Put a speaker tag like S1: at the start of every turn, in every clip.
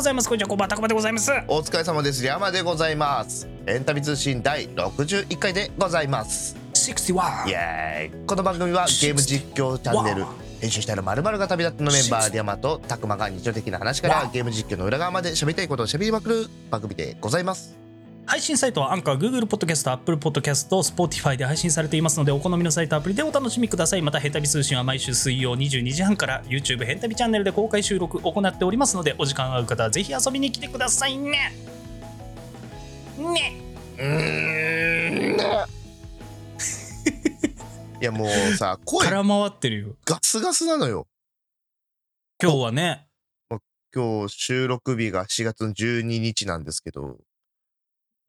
S1: ざいますこんにちはこんばんはたこまでございます
S2: お疲れ様です山でございますエンタメ通信第61回でございますイ
S1: 61
S2: エーイこの番組はゲーム実況チャンネル
S1: わ
S2: 編集したら〇〇が旅立ってのメンバー山とたくまが日常的な話か
S1: わあ
S2: らゲーム実況の裏側まで喋りたいことを喋りまくる番組でございます
S1: 配信サイトはアンカー Google ポッドキャスト Apple ポッドキャスト Spotify で配信されていますのでお好みのサイトアプリでお楽しみくださいまたヘンタビ通信は毎週水曜22時半から YouTube ヘンタビチャンネルで公開収録行っておりますのでお時間が合う方はぜひ遊びに来てくださいねね
S2: うーんいやもう さ声
S1: 空回ってるよ
S2: ガスガスなのよ
S1: 今日はね
S2: 今日収録日が4月の12日なんですけど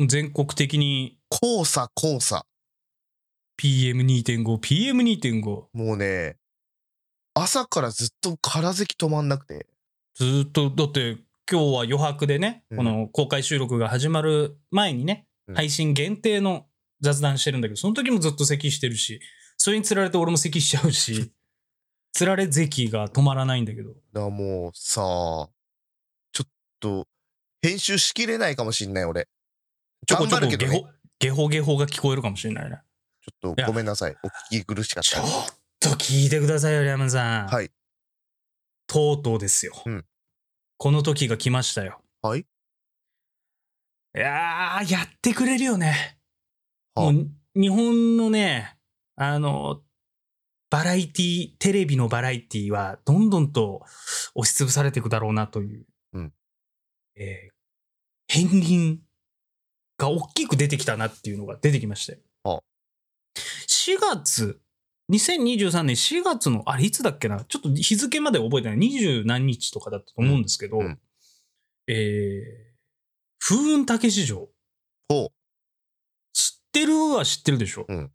S1: 全国的に
S2: 黄砂黄砂
S1: PM2.5、PM2.5。
S2: もうね朝からずっと空咳止まんなくて
S1: ずーっと、だって今日は余白でね、
S2: うん
S1: この公開収録が始まる前にね、
S2: うん
S1: 配信限定の雑談してるんだけど、その時もずっと咳してるし、それにつられて俺も咳しちゃう し、つられ咳が止まらないんだけど。
S2: だからもうさちょっと編集しきれないかもしんない俺
S1: ちょこちょこ
S2: 頑張る
S1: ゲ
S2: けどね
S1: ホ、ゲホゲホが聞こえるかもしれないね。
S2: ちょっ
S1: い
S2: と
S1: や
S2: ごめんなさいお聞き苦しかっ
S1: ちょ
S2: た
S1: っと聞いてくださいよ、リャムさん。
S2: はい
S1: とうとうですよ。
S2: うん
S1: この時が来ましたよ。
S2: はい。
S1: いやー、やってくれるよね。
S2: は
S1: もう日本のね、あの、バラエティ、テレビのバラエティはどんどんと押しつぶされていくだろうなという。
S2: うん
S1: えー片鱗が大きく出てきたなっていうのが出てきましたよ。
S2: は
S1: 4月、2023年4月の、あれいつだっけな、ちょっと日付まで覚えてない、二十何日とかだったと思うんですけど、
S2: うんうん
S1: えー風雲竹市場。
S2: ほう
S1: 知ってるは知ってるでしょ。
S2: うん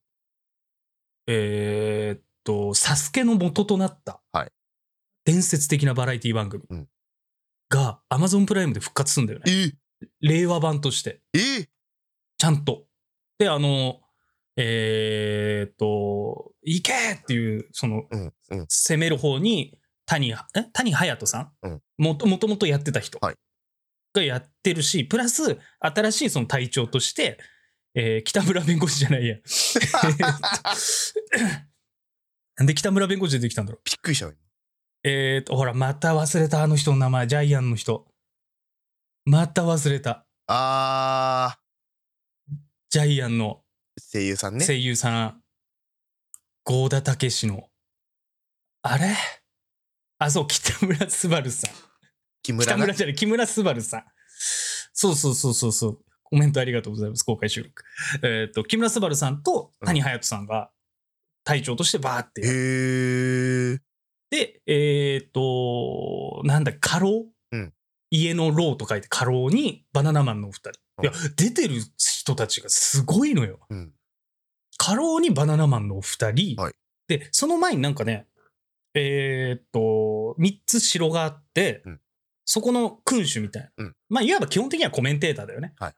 S1: えーっと、サスケの元となった、
S2: はい
S1: 伝説的なバラエティ番組
S2: うん
S1: が Amazon プライムで復活するんだよね。
S2: え
S1: 令和版として、
S2: え
S1: ちゃんと。で、あの、えーっと、行けっていう、その、
S2: うんうん
S1: 攻める方に谷え谷隼人さん、
S2: うん
S1: もともともとやってた人
S2: はい
S1: がやってるし、プラス新しいその隊長として、えー北村弁護士じゃないや なんで北村弁護士出てきたんだろう
S2: びっくりしたわ今
S1: えー、とほらまた忘れたあの人の名前ジャイアンの人また忘れた
S2: あ
S1: ジャイアンの
S2: ー声優さんね
S1: 声優さん、郷田武史のあれあそう北村昴さん
S2: 木
S1: 北
S2: 村な
S1: 村じゃない木村昴さんそうそうそうそうそうコメントありがとうございます公開収録えっ、と木村昴さんと谷隼人さんが隊長としてバーってやっ
S2: へえ
S1: て、えっ、となんだ過労、
S2: うん
S1: 家の労と書いて過労にバナナマンのお二人、いや出てる人たちがすごいのよ
S2: うん
S1: 過労にバナナマンのお二人、
S2: はい
S1: でその前になんかねえーっと3つ城があって、
S2: うん
S1: そこの君主みたいな、
S2: うん
S1: まあいわば基本的にはコメンテーターだよね、
S2: はいはい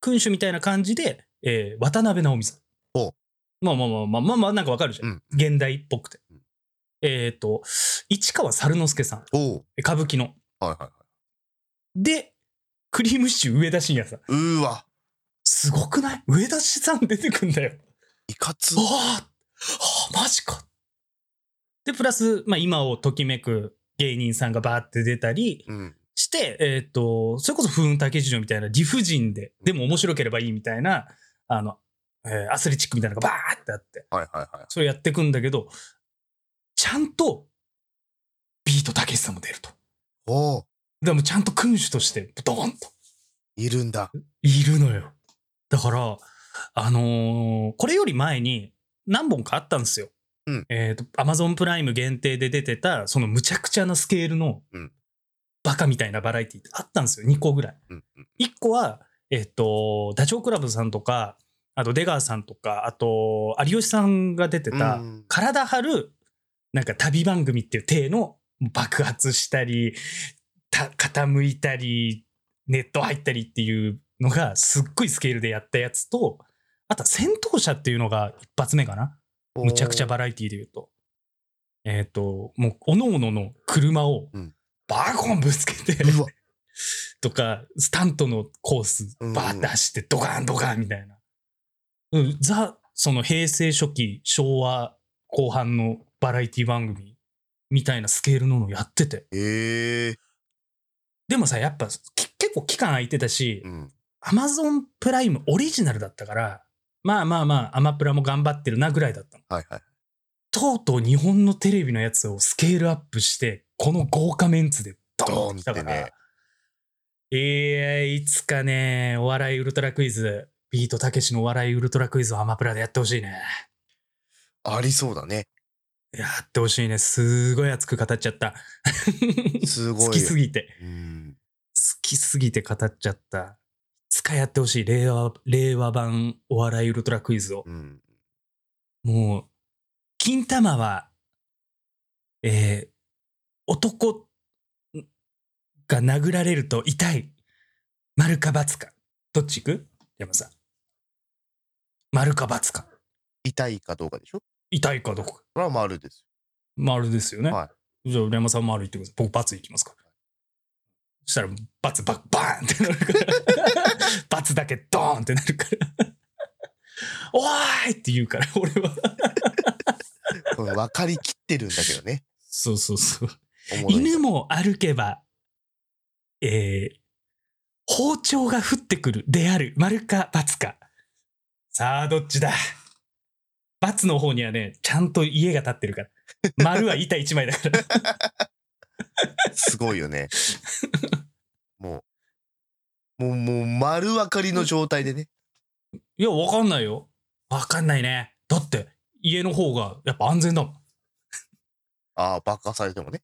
S1: 君主みたいな感じで、えー渡辺直美さん
S2: お
S1: まあまあまあまあまあまあなんかわかるじゃん、
S2: うん
S1: 現代っぽくて、
S2: うん
S1: えーっと市川猿之助さん
S2: おう
S1: 歌舞伎の
S2: はいはいはい
S1: でクリームシチュー上田晋也さん
S2: うーわ
S1: すごくない上田さん出てくんだよ
S2: いかつ
S1: ああ、マジか。で、プラス、まあ、今をときめく芸人さんがバーって出たり
S2: うん
S1: して、えっ、と、それこそ風雲竹市場みたいな理不尽で、でも面白ければいいみたいな、あの、えーアスレチックみたいなのがバーってあって、
S2: はいはいはい
S1: それやってくんだけど、ちゃんと、ビートたけしさんも出ると。
S2: おう
S1: でもうちゃんと君主として、ドーンと。
S2: いるんだ
S1: いるのよ。だから、あのーこれより前に何本かあったんですよ。
S2: うん
S1: えっ、と、Amazon プライム限定で出てた、そのむちゃくちゃなスケールの
S2: うん、
S1: バカみたいなバラエティってあったんですよ。2個ぐらい。
S2: うんうん
S1: 1個は、えっ、と、ダチョウ倶楽部さんとか、あと出川さんとか、あと、有吉さんが出てた、
S2: うん
S1: 体張るなんか旅番組っていう体の爆発したりた傾いたりネット入ったりっていうのがすっごいスケールでやったやつとあとは戦闘車っていうのが一発目かなむちゃくちゃバラエティで言うとえっ、ともうおのおのの車を
S2: うん
S1: バーコンぶつけて、
S2: うわ
S1: とか、スタントのコース、
S2: うん
S1: バーッ出して、ドカンドカンみたいな。うん、ザ、その平成初期、昭和後半のバラエティ番組みたいなスケールののやってて。
S2: ええ
S1: でもさ、やっぱき結構期間空いてたし、
S2: うん。
S1: アマゾンプライムオリジナルだったから、まあまあまあ、アマプラも頑張ってるなぐらいだったの。
S2: はいはい。
S1: とうとう日本のテレビのやつをスケールアップして、この豪華メンツでドーンってきたか
S2: ドーンって
S1: ら
S2: ね、
S1: えー、いつかね、お笑いウルトラクイズ、ビートたけしのお笑いウルトラクイズをアマプラでやってほしいね。
S2: ありそうだね。
S1: やってほしいね。すごい熱く語っちゃった。
S2: すごい。
S1: 好きすぎて。
S2: うん。
S1: 好きすぎて語っちゃった。いつかやってほしい。令和、令和版お笑いウルトラクイズを。
S2: うん。
S1: もう、金玉は、えー男が殴られると痛い。丸か×か。どっち行く山さん。丸か×か。
S2: 痛いかどうかでしょ
S1: 痛いかどこか。
S2: これは丸です。
S1: 丸ですよね。
S2: は
S1: じゃあ、山さん丸行ってください。僕×行きますから。そしたら、×ババーンってなるから。 ×だけドーンってなるから。おーいって言うから、俺は。
S2: これ分かりきってるんだけ どね。
S1: そうそうそう。
S2: おもろい
S1: 犬も歩けば、えー包丁が降ってくるである、丸か×か。さあ、どっちだ×の方にはね、ちゃんと家が立ってるから。丸は板一枚だから。
S2: すごい よね。もう、もう、もう丸分かりの状態でね。
S1: いや、わかんないよ。わかんないね。だって、家の方がやっぱ安全だもん。
S2: ああ、爆破されてもね。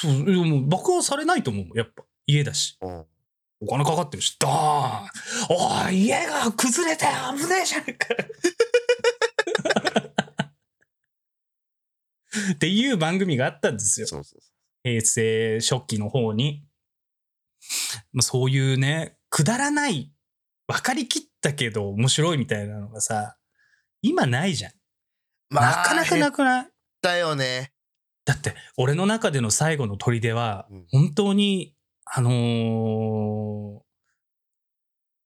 S1: そう、いやもう爆破されないと思うもんやっぱ、家だし。
S2: うん。
S1: お金かかってるし、ドーンおい、家が崩れて危ねえじゃねえか。っていう番組があったんですよ。
S2: そうそうそ
S1: 平成初期の方に。まあ、そういうね、くだらない、分かりきったけど面白いみたいなのがさ、今ないじゃん。
S2: う。ま
S1: な
S2: あ、
S1: かなか
S2: 減
S1: な
S2: っ
S1: くない
S2: たよね。
S1: だって俺の中での最後の砦は
S2: うん
S1: 本当に、あのー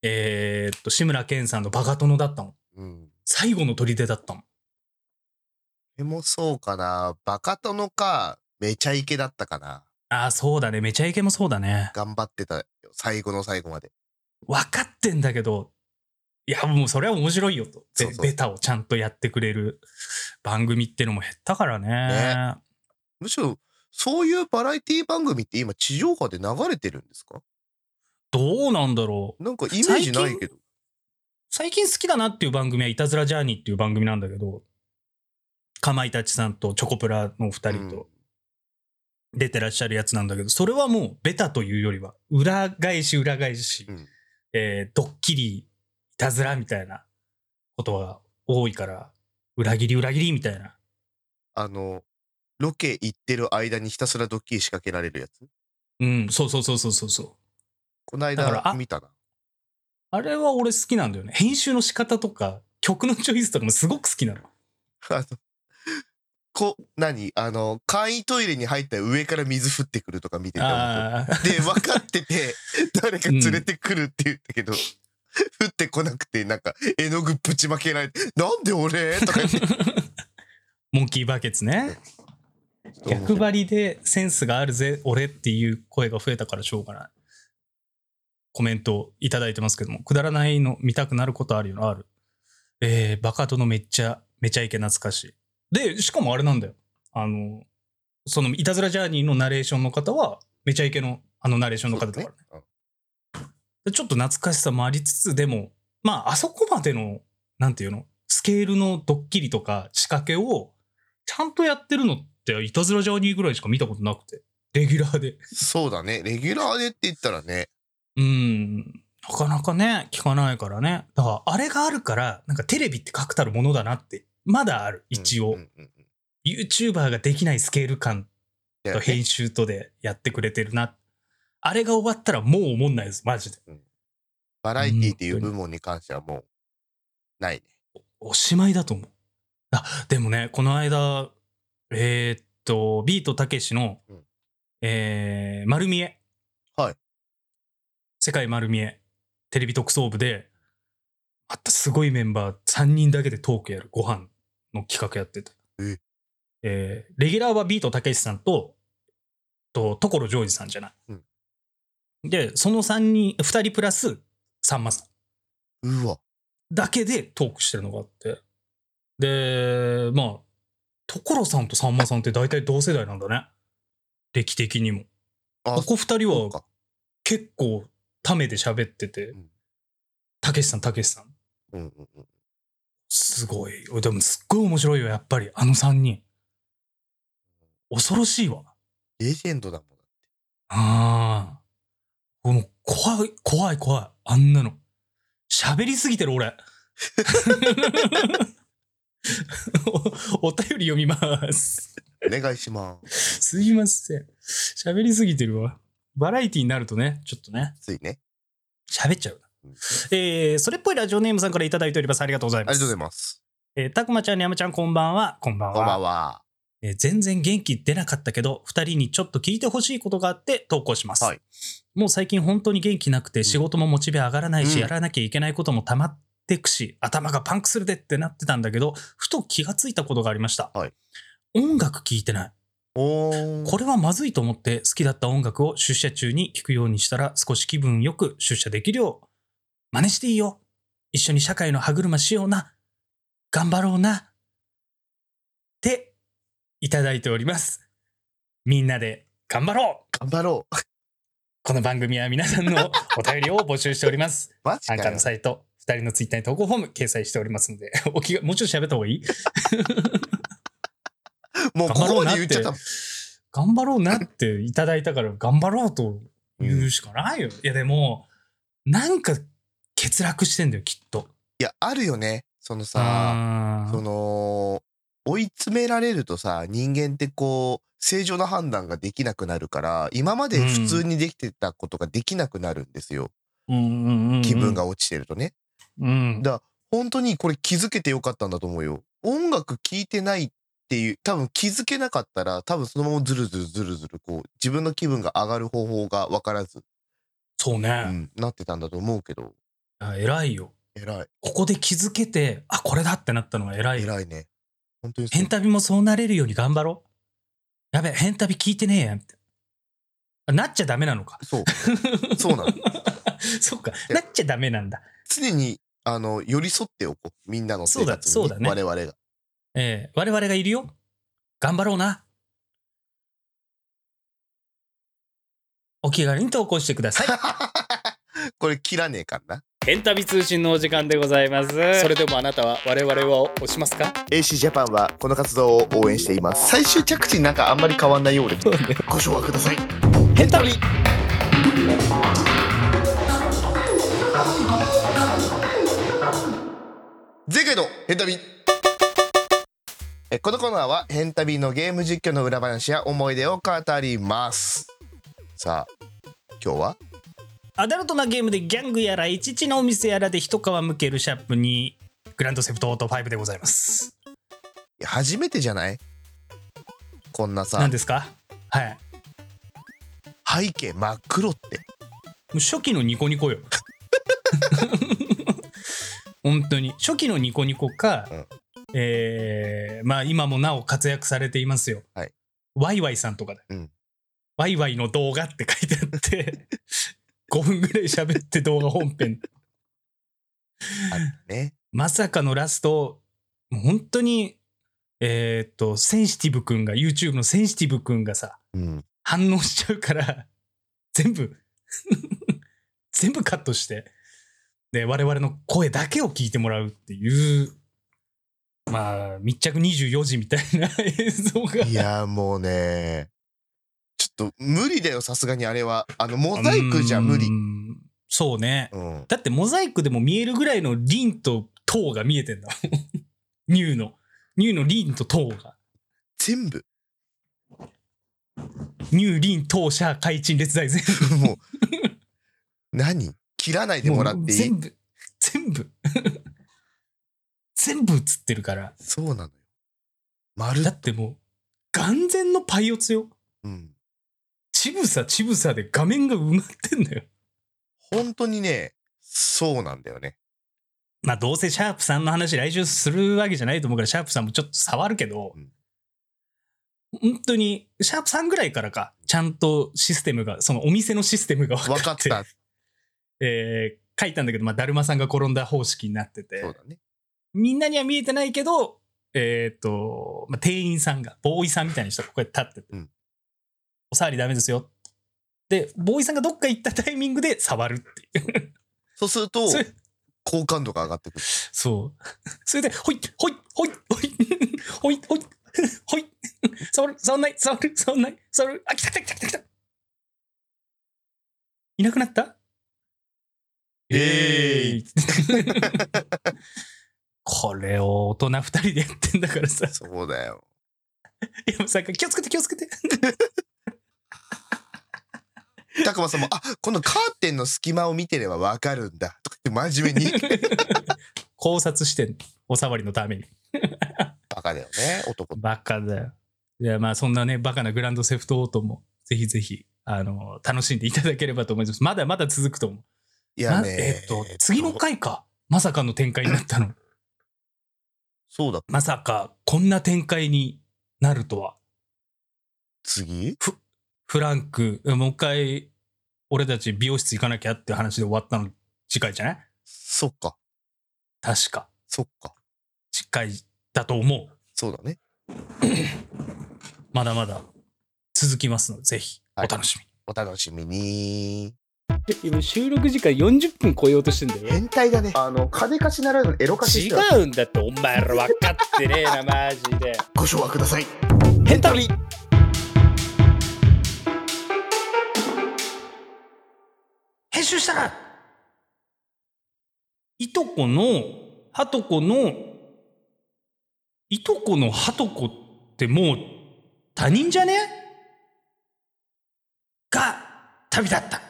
S1: えーっと志村けんさんの「バカ殿」だったもん
S2: うん。
S1: 最後の砦だったもん
S2: でもそうかな。バカ殿か、めちゃイケだったかな。
S1: ああそうだねめちゃイケもそうだね
S2: 頑張ってたよ。最後の最後まで。
S1: 分かってんだけどいやもうそれは面白いよとで
S2: そうそう
S1: ベタをちゃんとやってくれる番組ってのも減ったからね
S2: むしろ、そういうバラエティ番組って今地上波で流れてるんですか
S1: どうなんだろう
S2: なんかイメージないけど。
S1: 最近好きだなっていう番組は「いたずらジャーニー」っていう番組なんだけどかまいたちさんとチョコプラのお二人と、
S2: うん
S1: 出てらっしゃるやつなんだけどそれはもうベタというよりは裏返し裏返し、
S2: うん
S1: えードッキリいたずらみたいなことが多いから裏切り裏切りみたいな
S2: あの、ロケ行ってる間にひたすらドッキリ仕掛けられるやつ。
S1: うんそうそうそうそうそうそう
S2: この
S1: だからあ
S2: 間見たな。
S1: あれは俺好きなんだよね編集の仕方とか曲のチョイスとかもすごく好きなの
S2: あの、こ、何あの、簡易トイレに入ったら上から水降ってくるとか見てた。
S1: あー
S2: で、分かってて、 誰か連れてくるって言ったけど、 降ってこなくて、なんか、絵の具ぶちまけられて、なんで俺とか言って。
S1: モンキーバケツね逆張りでセンスがあるぜ俺っていう声が増えたからしょうがないコメントをいただいてますけどもくだらないの見たくなることあるよなあるえー、バカ殿めっちゃめちゃイケ懐かしいでしかもあれなんだよあのそのいたずらジャーニーのナレーションの方はめちゃイケのあのナレーションの方だからね
S2: そう
S1: でちょっと懐かしさもありつつでもまああそこまでのなんていうのスケールのドッキリとか仕掛けをちゃんとやってるのっていたずらジャーニーぐらいしか見たことなくてレギュラーで
S2: そうだね。レギュラーでって言ったらね、
S1: うんなかなかね聞かないからねだからあれがあるからなんかテレビって確たるものだなってまだある一応、
S2: うんうんうんうん
S1: YouTuber ができないスケール感
S2: だよ
S1: と
S2: ね
S1: 編集とでやってくれてるなあれが終わったらもう思んないですマジで
S2: バラエティっていう部門に関してはもう、ないね。
S1: おしまいだと思う。あでもねこの間えーっとビートたけしの、
S2: うん
S1: えー丸見え」
S2: はい
S1: 世界丸見えテレビ特捜部でまたすごいメンバー3人だけでトークやるご飯の企画やってて
S2: え、
S1: えーレギュラーはビートたけしさんとと所ジョージさんじゃない、
S2: うん
S1: でその3人2人プラスさんまさん
S2: うわ。
S1: だけでトークしてるのがあってでまあ所さんとさんまさんって大体同世代なんだね歴的にも
S2: あ
S1: ここ2人
S2: そう
S1: は
S2: か。
S1: 結構ためで喋ってて
S2: うん
S1: たけしさんたけしさん
S2: うんうんうん。
S1: すごいでもすっごい面白いよやっぱりあの3人恐ろしいわ
S2: レジェンドだもん。
S1: ああもう怖い怖い怖いあんなの喋りすぎてる俺 おお便り読みます
S2: お願いします。
S1: すいません喋りすぎてるわバラエティになるとねちょっとね
S2: ついね。
S1: 喋っちゃう
S2: うん
S1: えー、それっぽいラジオネームさんからいただいております。ありがとうござい
S2: あ
S1: ま
S2: りが
S1: す。
S2: とうございます。
S1: えーたくまちゃん、にゃむちゃん、こんばんは。こんばんは。
S2: こんばんは。
S1: えー全然元気出なかったけど、二人にちょっと聞いてほしいことがあって投稿します。
S2: はい
S1: もう最近本当に元気なくて、仕事もモチベ上がらないし、
S2: うん
S1: やらなきゃいけないこともたまってくし、頭がパンクするでってなってたんだけど、ふと気がついたことがありました。
S2: はい
S1: 音楽聴いてない。
S2: おー。
S1: これはまずいと思って好きだった音楽を出社中に聴くようにしたら少し気分よく出社できるよう真似していいよ一緒に社会の歯車しような頑張ろうなっていただいておりますみんなで頑張ろう
S2: 頑張ろう。
S1: この番組は皆さんのお便りを募集しております
S2: マジ
S1: アンカ
S2: か
S1: ー
S2: よ
S1: の。サイト、2人のツイッターに投稿フォーム掲載しておりますので、お気がもうちょっと喋った方がいい
S2: もうこ
S1: 頑張ろ
S2: こ
S1: う
S2: ま
S1: な
S2: で
S1: っ
S2: 言っち
S1: て
S2: ゃったもん。
S1: 頑張ろうなっていただいたから頑張ろうと言うしかないよ。いやでもなんか欠落してんだよきっと。
S2: いや、あるよね。そのさ、
S1: あ
S2: その、追い詰められるとさ、人間ってこう、正常な判断ができなくなるから、今まで普通にできてたことができなくなるんですよ。気
S1: 気
S2: 分。が落ちてるとね。
S1: うん
S2: だ本当にこれ気づけてよかったんだと思うよ。音楽聴いてないっていう、多分気づけなかったら、多分そのままずるずるずるずる、こう、自分の気分が上がる方法が分からず、
S1: そう
S2: う
S1: ね。
S2: ん、なってたんだと思うけど、
S1: あ偉いよ。
S2: 偉い、
S1: ここで気づけてあこれだってなったのは偉い。
S2: 偉いね。本当にそう
S1: 変旅もそうなれるように頑張ろう。やべ変旅聞いてねえやんって。あなっちゃダメな のか。
S2: そう。そう なの。
S1: そっか
S2: え
S1: なっちゃダメなんだ。
S2: 常に、あの、寄り添っておこう。みんなの生活に、
S1: そうだそうだね
S2: 我々が。
S1: ええ我々がいるよ。頑張ろうな。お気軽に投稿してください。
S2: これ切らねえからな。
S1: エンタビ通信のお時間でございます。
S3: それでもあなたは我々を押しますか
S2: AC ジャパンはこの活動を応援しています。最終着地なんかあんまり変わんないようで。 ご紹介ください。
S3: ヘンタリ
S2: 前回の変旅えこのコーナーは変旅のゲーム実況の裏話や思い出を語りますさあ今日は
S1: アダルトなゲームでギャングやら、いちちのお店やらで一皮むけるシャープに、グランドセプトオート5でございます。
S2: いや初めてじゃないこんなさ
S1: 何ですかはい。
S2: 背景真っ黒って
S1: もう初期のニコニコよ。 本当に。初期のニコニコか、
S2: うん
S1: えーまあ今もなお活躍されていますよ。
S2: はい
S1: ワイワイさんとかで。
S2: うん
S1: ワイワイの動画って書いてあって、5分ぐらい喋って動画本編。
S2: あったね
S1: まさかのラスト、もう本当に、えーっと、センシティブくんが、YouTube のセンシティブくんがさ、
S2: うん
S1: 反応しちゃうから、全部、 全部カットして、で、我々の声だけを聞いてもらうっていう、まあ、密着24時みたいな 映像が。
S2: いやもうねちょっと無理だよさすがにあれはあのモザイクじゃ無理
S1: うーん。そうね。
S2: うん
S1: だってモザイクでも見えるぐらいのリンとトウが見えてんだもん。 ニューの。ニューのリンとトウが。
S2: 全部
S1: ニューリン、トウ、シャー、カイチン、列大全部。
S2: もう何切らないでもらっていい
S1: 全部。全部。 全部映ってるから。
S2: そうなのよまる
S1: だってもう、眼前のパイオツよ。
S2: うん
S1: ちぶさちぶさで画面が埋まってんだよ。
S2: 本当にね、そうなんだよね。
S1: まあどうせシャープさんの話来週するわけじゃないと思うからシャープさんもちょっと触るけど、
S2: うん
S1: 本当にシャープさんぐらいからかちゃんとシステムがそのお店のシステムが分
S2: 分
S1: か
S2: か
S1: っ
S2: ってた。
S1: えー書いたんだけど、まあ、だるまさんが転んだ方式になってて
S2: そうだね。
S1: みんなには見えてないけど、えっ、と、まあ、店員さんが、ボーイさんみたいな人がここで立ってて、
S2: うん
S1: お触りダメですよ。で、ボーイさんがどっか行ったタイミングで触るっていう。
S2: そうすると、
S1: それ
S2: 好感度が上がってくる。
S1: そう。 それで、ほい、ほい、ほい、ほい、ほい、ほい、ほい、触る、触んない、触る、触んない、触る、あ、来た来た来た来た来た。いなくなった
S2: イエー
S1: イ これを大人二人でやってんだからさ。
S2: そうだよ。
S1: 山さんが気をつけて気をつけて。
S2: たくまさんも、あこのカーテンの隙間を見てれば分かるんだ。とか言って真面目に。
S1: 考察してんお触りのために。
S2: バカだよね、男。
S1: バカだよ。いやまあそんなね、バカなグランドセフトオートも、ぜひぜひ、あの、楽しんでいただければと思います。まだまだ続くと思う。
S2: いや
S1: な
S2: ね。
S1: えっと、次の回か。まさかの展開になったの。
S2: そうだ、
S1: まさか、こんな展開になるとは。
S2: 次
S1: フランク、もう一回、俺たち美容室行かなきゃって話で終わったの、次回じゃない
S2: そっか、
S1: 確か。
S2: そっか。
S1: 次回だと思う。
S2: そうだね。
S1: まだまだ続きますので、ぜひ、お楽しみに。
S2: お楽しみに。
S3: 今収録時間40分超えようとしてんだよ
S2: 変態だね。あの、金貸しならぬエロ
S3: 違うんだってお前ら分かってねえな マジで
S2: ご唱和ください。
S3: ヘンタリ
S1: 編集したらいとこのはとこのいとこのはとこってもう他人じゃねが旅立った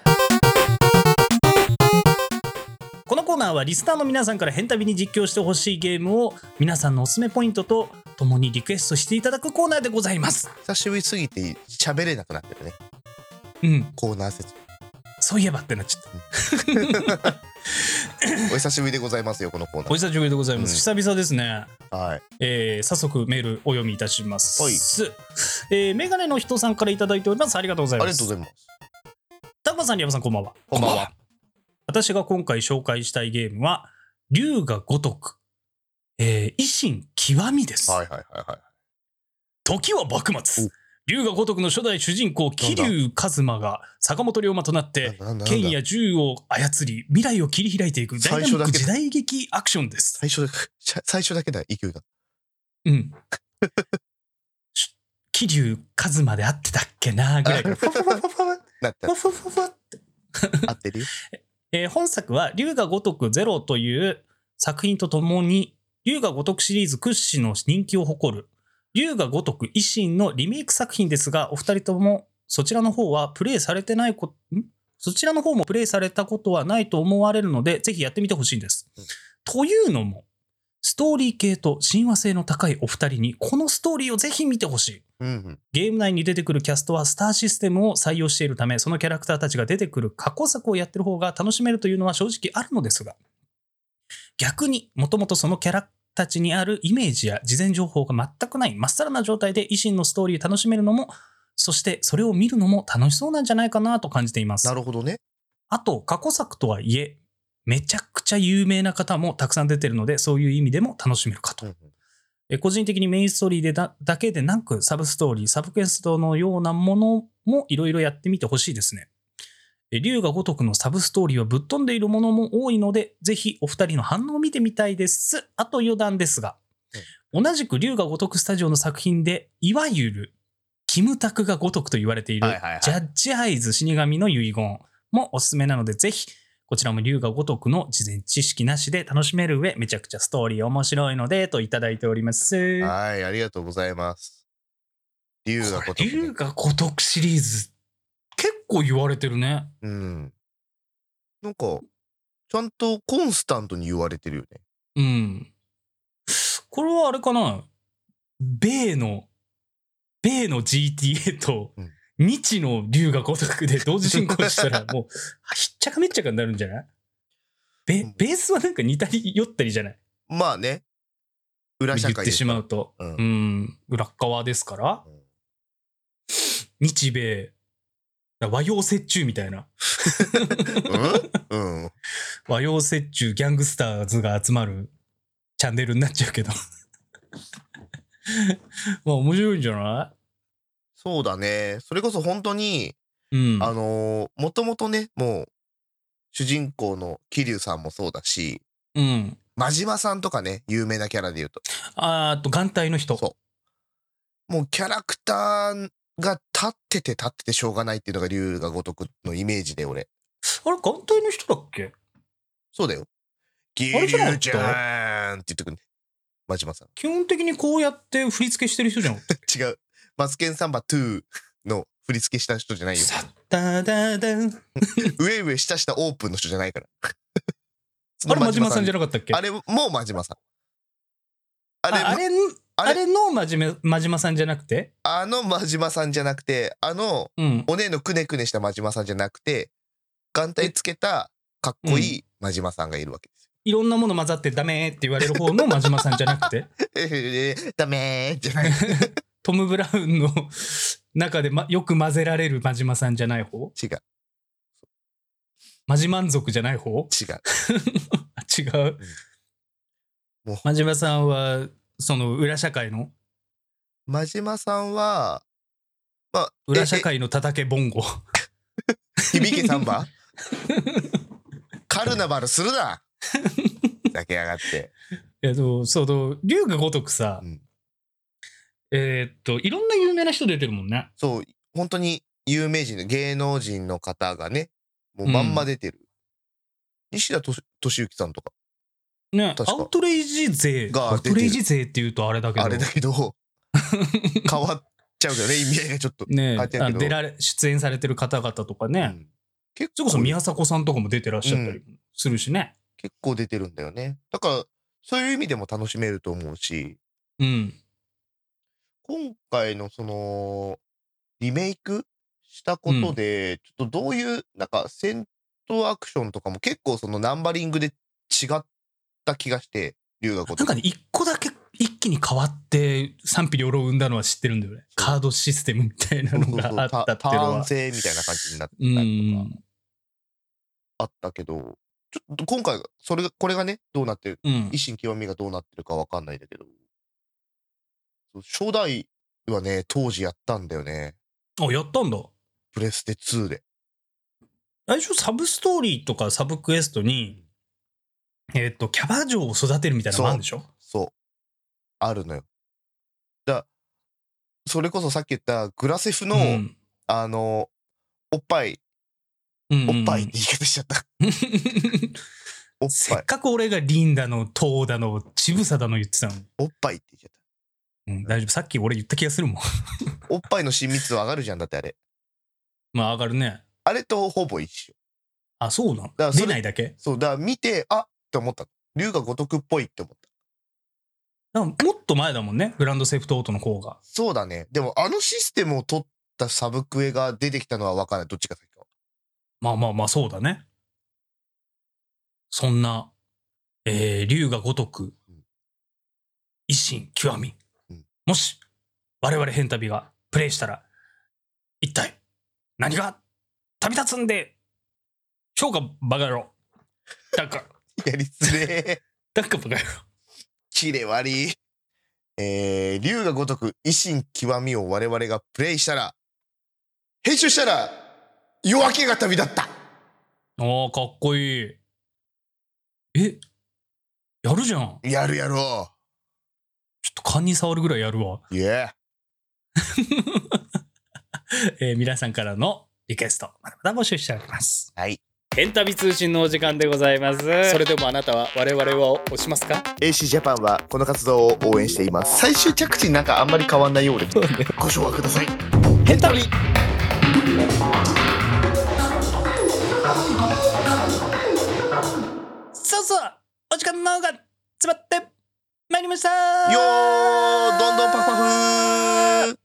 S1: このコーナーはリスナーの皆さんから変旅に実況してほしいゲームを皆さんのおすすめポイントとともにリクエストしていただくコーナーでございます。
S2: 久しぶりすぎて喋れなくなってるね。
S1: うん、
S2: コーナー説。
S1: そういえばってなっちゃった。
S2: お久しぶりでございますよ、このコーナ
S1: お久しぶりでございます。久々ですね。
S2: ー。はい。
S1: えー早速メールお読みいたします。
S2: はい
S1: えーメガネの人さんからいただいております。ありがとうござ
S2: あ
S1: い
S2: りが
S1: ま
S2: とう
S1: す。
S2: ございます。
S1: タコさん、リアムさん、こんばんは。
S2: こんばんは
S1: 私が今回紹介したいゲームは、龍が如く、えー維新極みです。
S2: はいはいはいはい。
S1: 時は幕末
S2: お。
S1: 龍が如くの初代主人公、
S2: なん
S1: 桐
S2: だ
S1: 生一馬が坂本龍馬となって、
S2: なんだなんだ
S1: 剣
S2: なんだ
S1: や銃を操り未来を切り開いていくダイナミッ
S2: 最初だ
S1: ク
S2: け
S1: 時代劇アクションです。
S2: 最初だけ、最初だけだ、勢いが。
S1: うん。し桐生一馬で合ってたっけなぐらいからファファファファファ
S2: なって
S1: ファファファファって。
S2: 合ってるよ。
S1: えー本作は「龍が如くゼロ」という作品とともに龍が如くシリーズ屈指の人気を誇る龍が如く維新のリメイク作品ですがお二人ともそちらの方はプレイされてないこんそちらの方もプレイされたことはないと思われるのでぜひやってみてほしいんです。というのもストーリー系と親和性の高いお二人にこのストーリーをぜひ見てほしい。
S2: うん うん。
S1: ゲーム内に出てくるキャストはスターシステムを採用しているため、そのキャラクターたちが出てくる過去作をやってる方が楽しめるというのは正直あるのですが、逆にもともとそのキャラたちにあるイメージや事前情報が全くないまっさらな状態で維新のストーリーを楽しめるのも、そしてそれを見るのも楽しそうなんじゃないかなと感じています
S2: な。るほどね。
S1: あと、過去作とはいえ、めちゃくちゃ有名な方もたくさん出てるので、そういう意味でも楽しめるかと
S2: う。んうん
S1: えー個人的にメインストーリーでだだけでなく、サブストーリー、サブクエストのようなものもいろいろやってみてほしいですね。えー竜が如くのサブストーリーはぶっ飛んでいるものも多いので、ぜひお二人の反応を見てみたいです。あと余談ですが、同じく竜が如くスタジオの作品で、いわゆるキムタクが如くと言われている
S2: はいはいはい
S1: ジャッジアイズ死神の遺言もおすすめなので、ぜひこちらも龍が如くの事前知識なしで楽しめる上、めちゃくちゃストーリー面白いので、といただいております。
S2: はい、ありがとうございます。理由が
S1: こ
S2: こと
S1: れ龍が如くシリーズ、結構言われてるね。
S2: うん。なんか、ちゃんとコンスタントに言われてるよね。
S1: うん。これはあれかな米の、米の GTA と
S2: うん
S1: 未知の龍が如くで同時進行した らもうひっちゃかめっちゃかになるんじゃないベベースはなんか似たり寄ったりじゃない
S2: まあね。裏社
S1: 言っ
S2: 会
S1: て
S2: で
S1: しまうと、
S2: うん
S1: うん、裏っ側ですから
S2: うん
S1: 日米和洋折衷みたいな
S2: うん、うん、
S1: 和洋折衷ギャングスターズが集まるチャンネルになっちゃうけど まあ面白いんじゃな
S2: そうだね。それこそ本当に、
S1: いうん
S2: あのもともとね、もう、主人公の桐生さんもそうだし、
S1: うん
S2: 真島さんとかね、有名なキャラで言うと、
S1: あーあと眼帯の人
S2: そもうキャラクターが立ってて立っててしょうがないっていうのが龍が如くのイメージで、俺。
S1: あれ眼帯の人だっけ
S2: そうだよ。桐
S1: れじゃなかった
S2: 生ちゃんって言ってくるね。真島さん。
S1: 基本的にこうやって振り付けしてる人じゃん
S2: 違う。マツケンサンバ2の振り付けした人じゃないよ。
S1: さっただだん
S2: ウェイウェイしたしたオープンの人じゃないから。
S1: あれ真島さんじゃ
S2: ゃ
S1: なかったっけ
S2: あれも真島さん。あれ
S1: ああれ
S2: あれ
S1: あれの真面目真島さんじゃなくて
S2: あの真島さんじゃなくて、あの
S1: うん
S2: おねえのくねくねした真島さんじゃなくて、眼帯つけたかっこいい真島さんがいるわけですよ。
S1: いろんなもの混ざってダメーって言われる方の真島さんじゃなくて
S2: えー ダメーじゃない。違
S1: トム・ブラウンの 中で、ま、よく混ぜられる真島さんじゃない方
S2: う。
S1: マジ満足じゃない方
S2: 違う。
S1: 違う
S2: もう
S1: 真島さんはその裏社会の
S2: 真島さんは、まあ、
S1: 裏社会の叩けボンゴ
S2: ええ響けサン バカルナバルするなだけやがって。
S1: えっとその龍が如くさ、
S2: うん
S1: えーっといろんな有名な人出てるもんね
S2: そう、本当に有名人の芸能人の方がね、もうまんま出てる。西田敏敏行さんとか、
S1: ね
S2: 確
S1: ア
S2: か
S1: ウトレイジ勢
S2: が
S1: アウ
S2: 出てる
S1: トレイジ勢っていうとあれだけど
S2: あれだ けど、変わっちゃうけどね、意味合いがちょっと。
S1: ね
S2: あれだけど
S1: あ出られ出演されてる方々とかね、
S2: うん結
S1: それこそ宮迫さんとかも出てらっしゃったりするしね
S2: 結構出てるんだよね。だから、そういう意味でも楽しめると思うし、
S1: うん、
S2: 今回のその、リメイクしたことで、ちょっとどういう、なんか戦闘アクションとかも結構そのナンバリングで違った気がして、龍が
S1: なんかね一個だけ一気に変わって賛否両論を生んだのは知ってるんだよねカードシステムみたいなのがあったっていうのは
S2: 男性みたいな感じになった
S1: う
S2: りとか
S1: ん
S2: あったけど、ちょっと今回がそれがこれがねどうなってる
S1: うん
S2: 維新極みがどうなってるかわかんないんだけどそう初代はね当時やったんだよね
S1: あやったんだ
S2: プレステ2で
S1: 最初サブストーリーとかサブクエストにえっ、とキャバ嬢を育てるみたいなのもあるんでしょ
S2: そうあるのよだそれこそさっき言ったグラセフの、
S1: うん
S2: あのおっぱい
S1: うん
S2: お っぱいって言い方しちゃった、おっ
S1: せ
S2: ぱ
S1: っ
S2: い
S1: かく俺がリンだの、トーだの、チブサだの言ってたのに。
S2: おっぱいって言っちゃっ
S1: うん、大丈夫。さっき俺言った気がするもん。
S2: たおっぱいの親密度上がるじゃんだってあれ
S1: まあ上がるね。
S2: あれとほぼ一緒
S1: あ、そうな
S2: ら
S1: の
S2: それ
S1: 出ないだけ
S2: そう、だから見て、あって思った。龍が如くっぽいって思った。
S1: だからもっと前だもんね。グランドセフトオートの方が。
S2: そうだね。でも、あのシステムを取ったサブクエが出てきたのは分からない。どっちが先か。
S1: まあまあまあ、そうだね。そんな、えー、竜が如く
S2: うん、
S1: 維新極み
S2: うん。
S1: もし、我々変旅がプレイしたら、一体、何が旅立つんで、しょうか、バカ野郎。だか、
S2: やりづれえ。
S1: だかバカ野郎。
S2: キレ悪い。えー、龍が如く維新極みを我々がプレイしたら、編集したら、夜明けが旅立った。
S1: ああ、かっこいい。え、やるじゃん。
S2: やるやろ
S1: ちょっと勘に触るぐらいやるわ。
S2: う。いや。
S1: えー皆さんからのリクエスト、まだまだ募集しております。
S2: はい。
S3: エンタビ通信のお時間でございますそれでもあなたは我々を押しますか
S2: AC ジャパンはこの活動を応援しています。最終着地なんかあんまり変わんないようで、ご紹介ください。
S3: 変旅
S1: さあさあ、お時間の方が詰まってまいりました
S2: よーどんどんパフパフ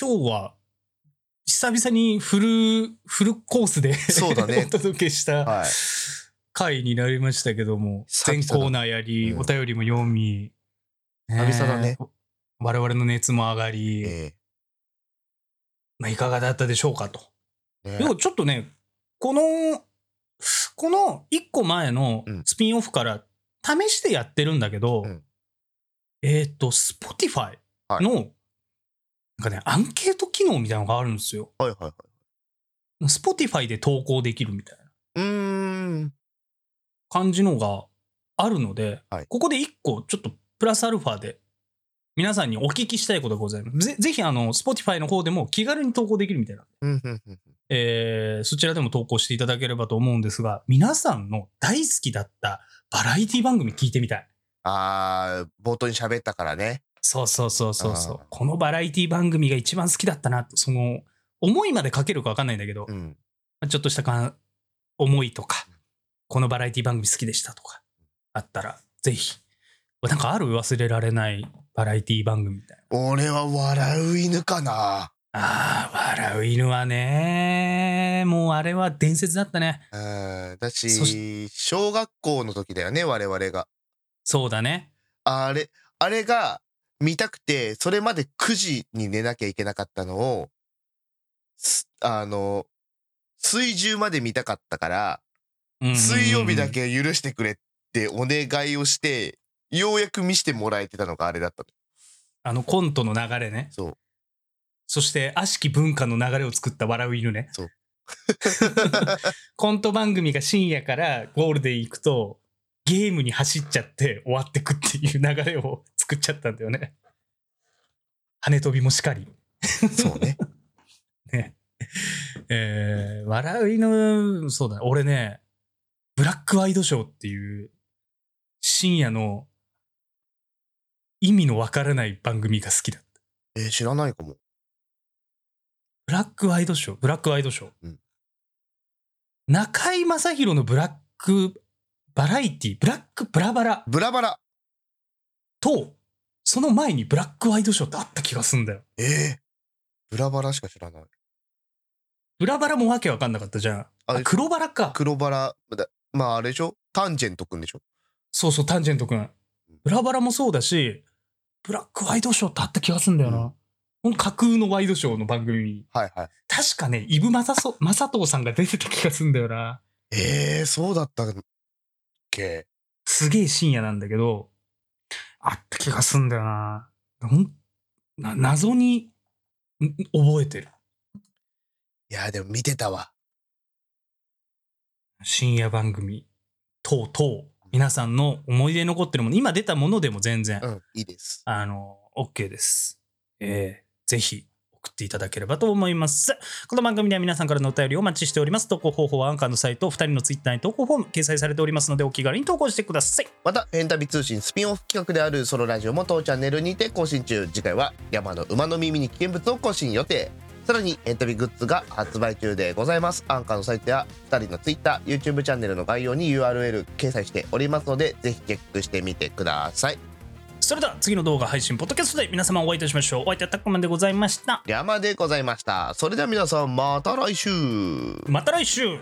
S1: 今日は久々にフル、フルコースで
S2: そうだね
S1: お届けした、
S2: はい
S1: 回になりましたけども、
S2: 久々
S1: 全
S2: だ
S1: コーナーやり、
S2: うん
S1: お便りも読み、ねえ
S2: 久々だね。
S1: 我々の熱も上がり、
S2: え
S1: まあ、いかがだったでしょうかと。
S2: えね
S1: 要はちょっとね、この、この1個前の
S2: うん
S1: スピンオフから試してやってるんだけど、
S2: うん
S1: えっ、と、Spotify の、なんかね、アンケート機能みたいなのがあるんですよ。
S2: はいはいはい
S1: Spotify で投稿できるみたいな
S2: うーん
S1: 感じのがあるので、
S2: はい
S1: ここで1個ちょっとプラスアルファで皆さんにお聞きしたいことがございます。ぜぜひあの Spotify の方でも気軽に投稿できるみたいな
S2: うんうんうん
S1: えーそちらでも投稿していただければと思うんですが、皆さんの大好きだったバラエティ番組聞いてみたい。
S2: あー冒頭に喋ったからね
S1: そうそうそうそうそう
S2: あー。
S1: このバラエティ番組が一番好きだったなって、その、思いまで書けるかわかんないんだけど、
S2: うん
S1: まあちょっとしたかん思いとか、このバラエティ番組好きでしたとか、あったら、ぜひ。なんかある忘れられないバラエティ番組みたいな。
S2: 俺は笑う犬かな
S1: ああ、笑う犬はね、もうあれは伝説だったね。
S2: うんだ
S1: そ
S2: し小学校の時だよね我々が
S1: そうだね。
S2: あれあれが見たくてそれまで9時に寝なきゃいけなかったのをすあの水中まで見たかったから
S1: うんうんうん
S2: 水曜日だけ許してくれってお願いをしてようやく見せてもらえてたのがあれだったの
S1: あのコントの流れね。
S2: そう
S1: そして、悪しき文化の流れを作った笑う犬ね。
S2: そう
S1: コント番組が深夜からゴールデン行くと、ゲームに走っちゃって終わってくっていう流れを作っちゃったんだよね。羽飛びもしかり。
S2: そうね
S1: ね。えー、笑う犬、そうだね。俺ね、ブラックワイドショーっていう、深夜の意味のわからない番組が好きだった。
S2: えー知らないかも
S1: ブラックワイドショー、ブラックワイドショー。
S2: うん
S1: 中井正広のブラックバラエティ、ブラックブラバラ
S2: ブラバラ
S1: と、その前にブラックワイドショーってあった気がすんだよ。
S2: えー、ブラバラしか知らない
S1: ブラバラもわけわかんなかったじゃん。あ
S2: あ
S1: 黒バラか。
S2: 黒バラだまああれでしょタンジェントくんでしょ
S1: そうそう、タンジェント君。ブラバラもそうだし、ブラックワイドショーってあった気がすんだよな。
S2: うん
S1: この架空のワイドショーの番組。
S2: はいはい
S1: 確かね、イブマサソマサトウさんが出てた気がすんだよな。
S2: えー、そうだったっけ
S1: すげえ深夜なんだけど、あった気がすんだよな。ほんな謎にん覚えてる。
S2: いやでも見てたわ
S1: 深夜番組等々、皆さんの思い出に残ってるもの、今出たものでも全然、
S2: うんいいです
S1: あの、OK です。ええぜひ送っていただければと思います。この番組では皆さんからのお便りをお待ちしております。投稿方法はアンカーのサイト、2人のツイッターに投稿フォーム掲載されておりますので、お気軽に投稿してください。
S2: また「変旅通信」スピンオフ企画であるソロラジオも当チャンネルにて更新中次回は山の馬の耳に危険物を更新予定さらにエンタビグッズが発売中でございますアンカーのサイトや2人の TwitterYouTube チャンネルの概要に URL 掲載しておりますのでぜひチェックしてみてください
S1: それでは次の動画配信、ポッドキャストで皆様お会いいたしましょう。お相手はタッコマンでございました。
S2: 山でございましたそれでは皆さんまた来週
S1: また来週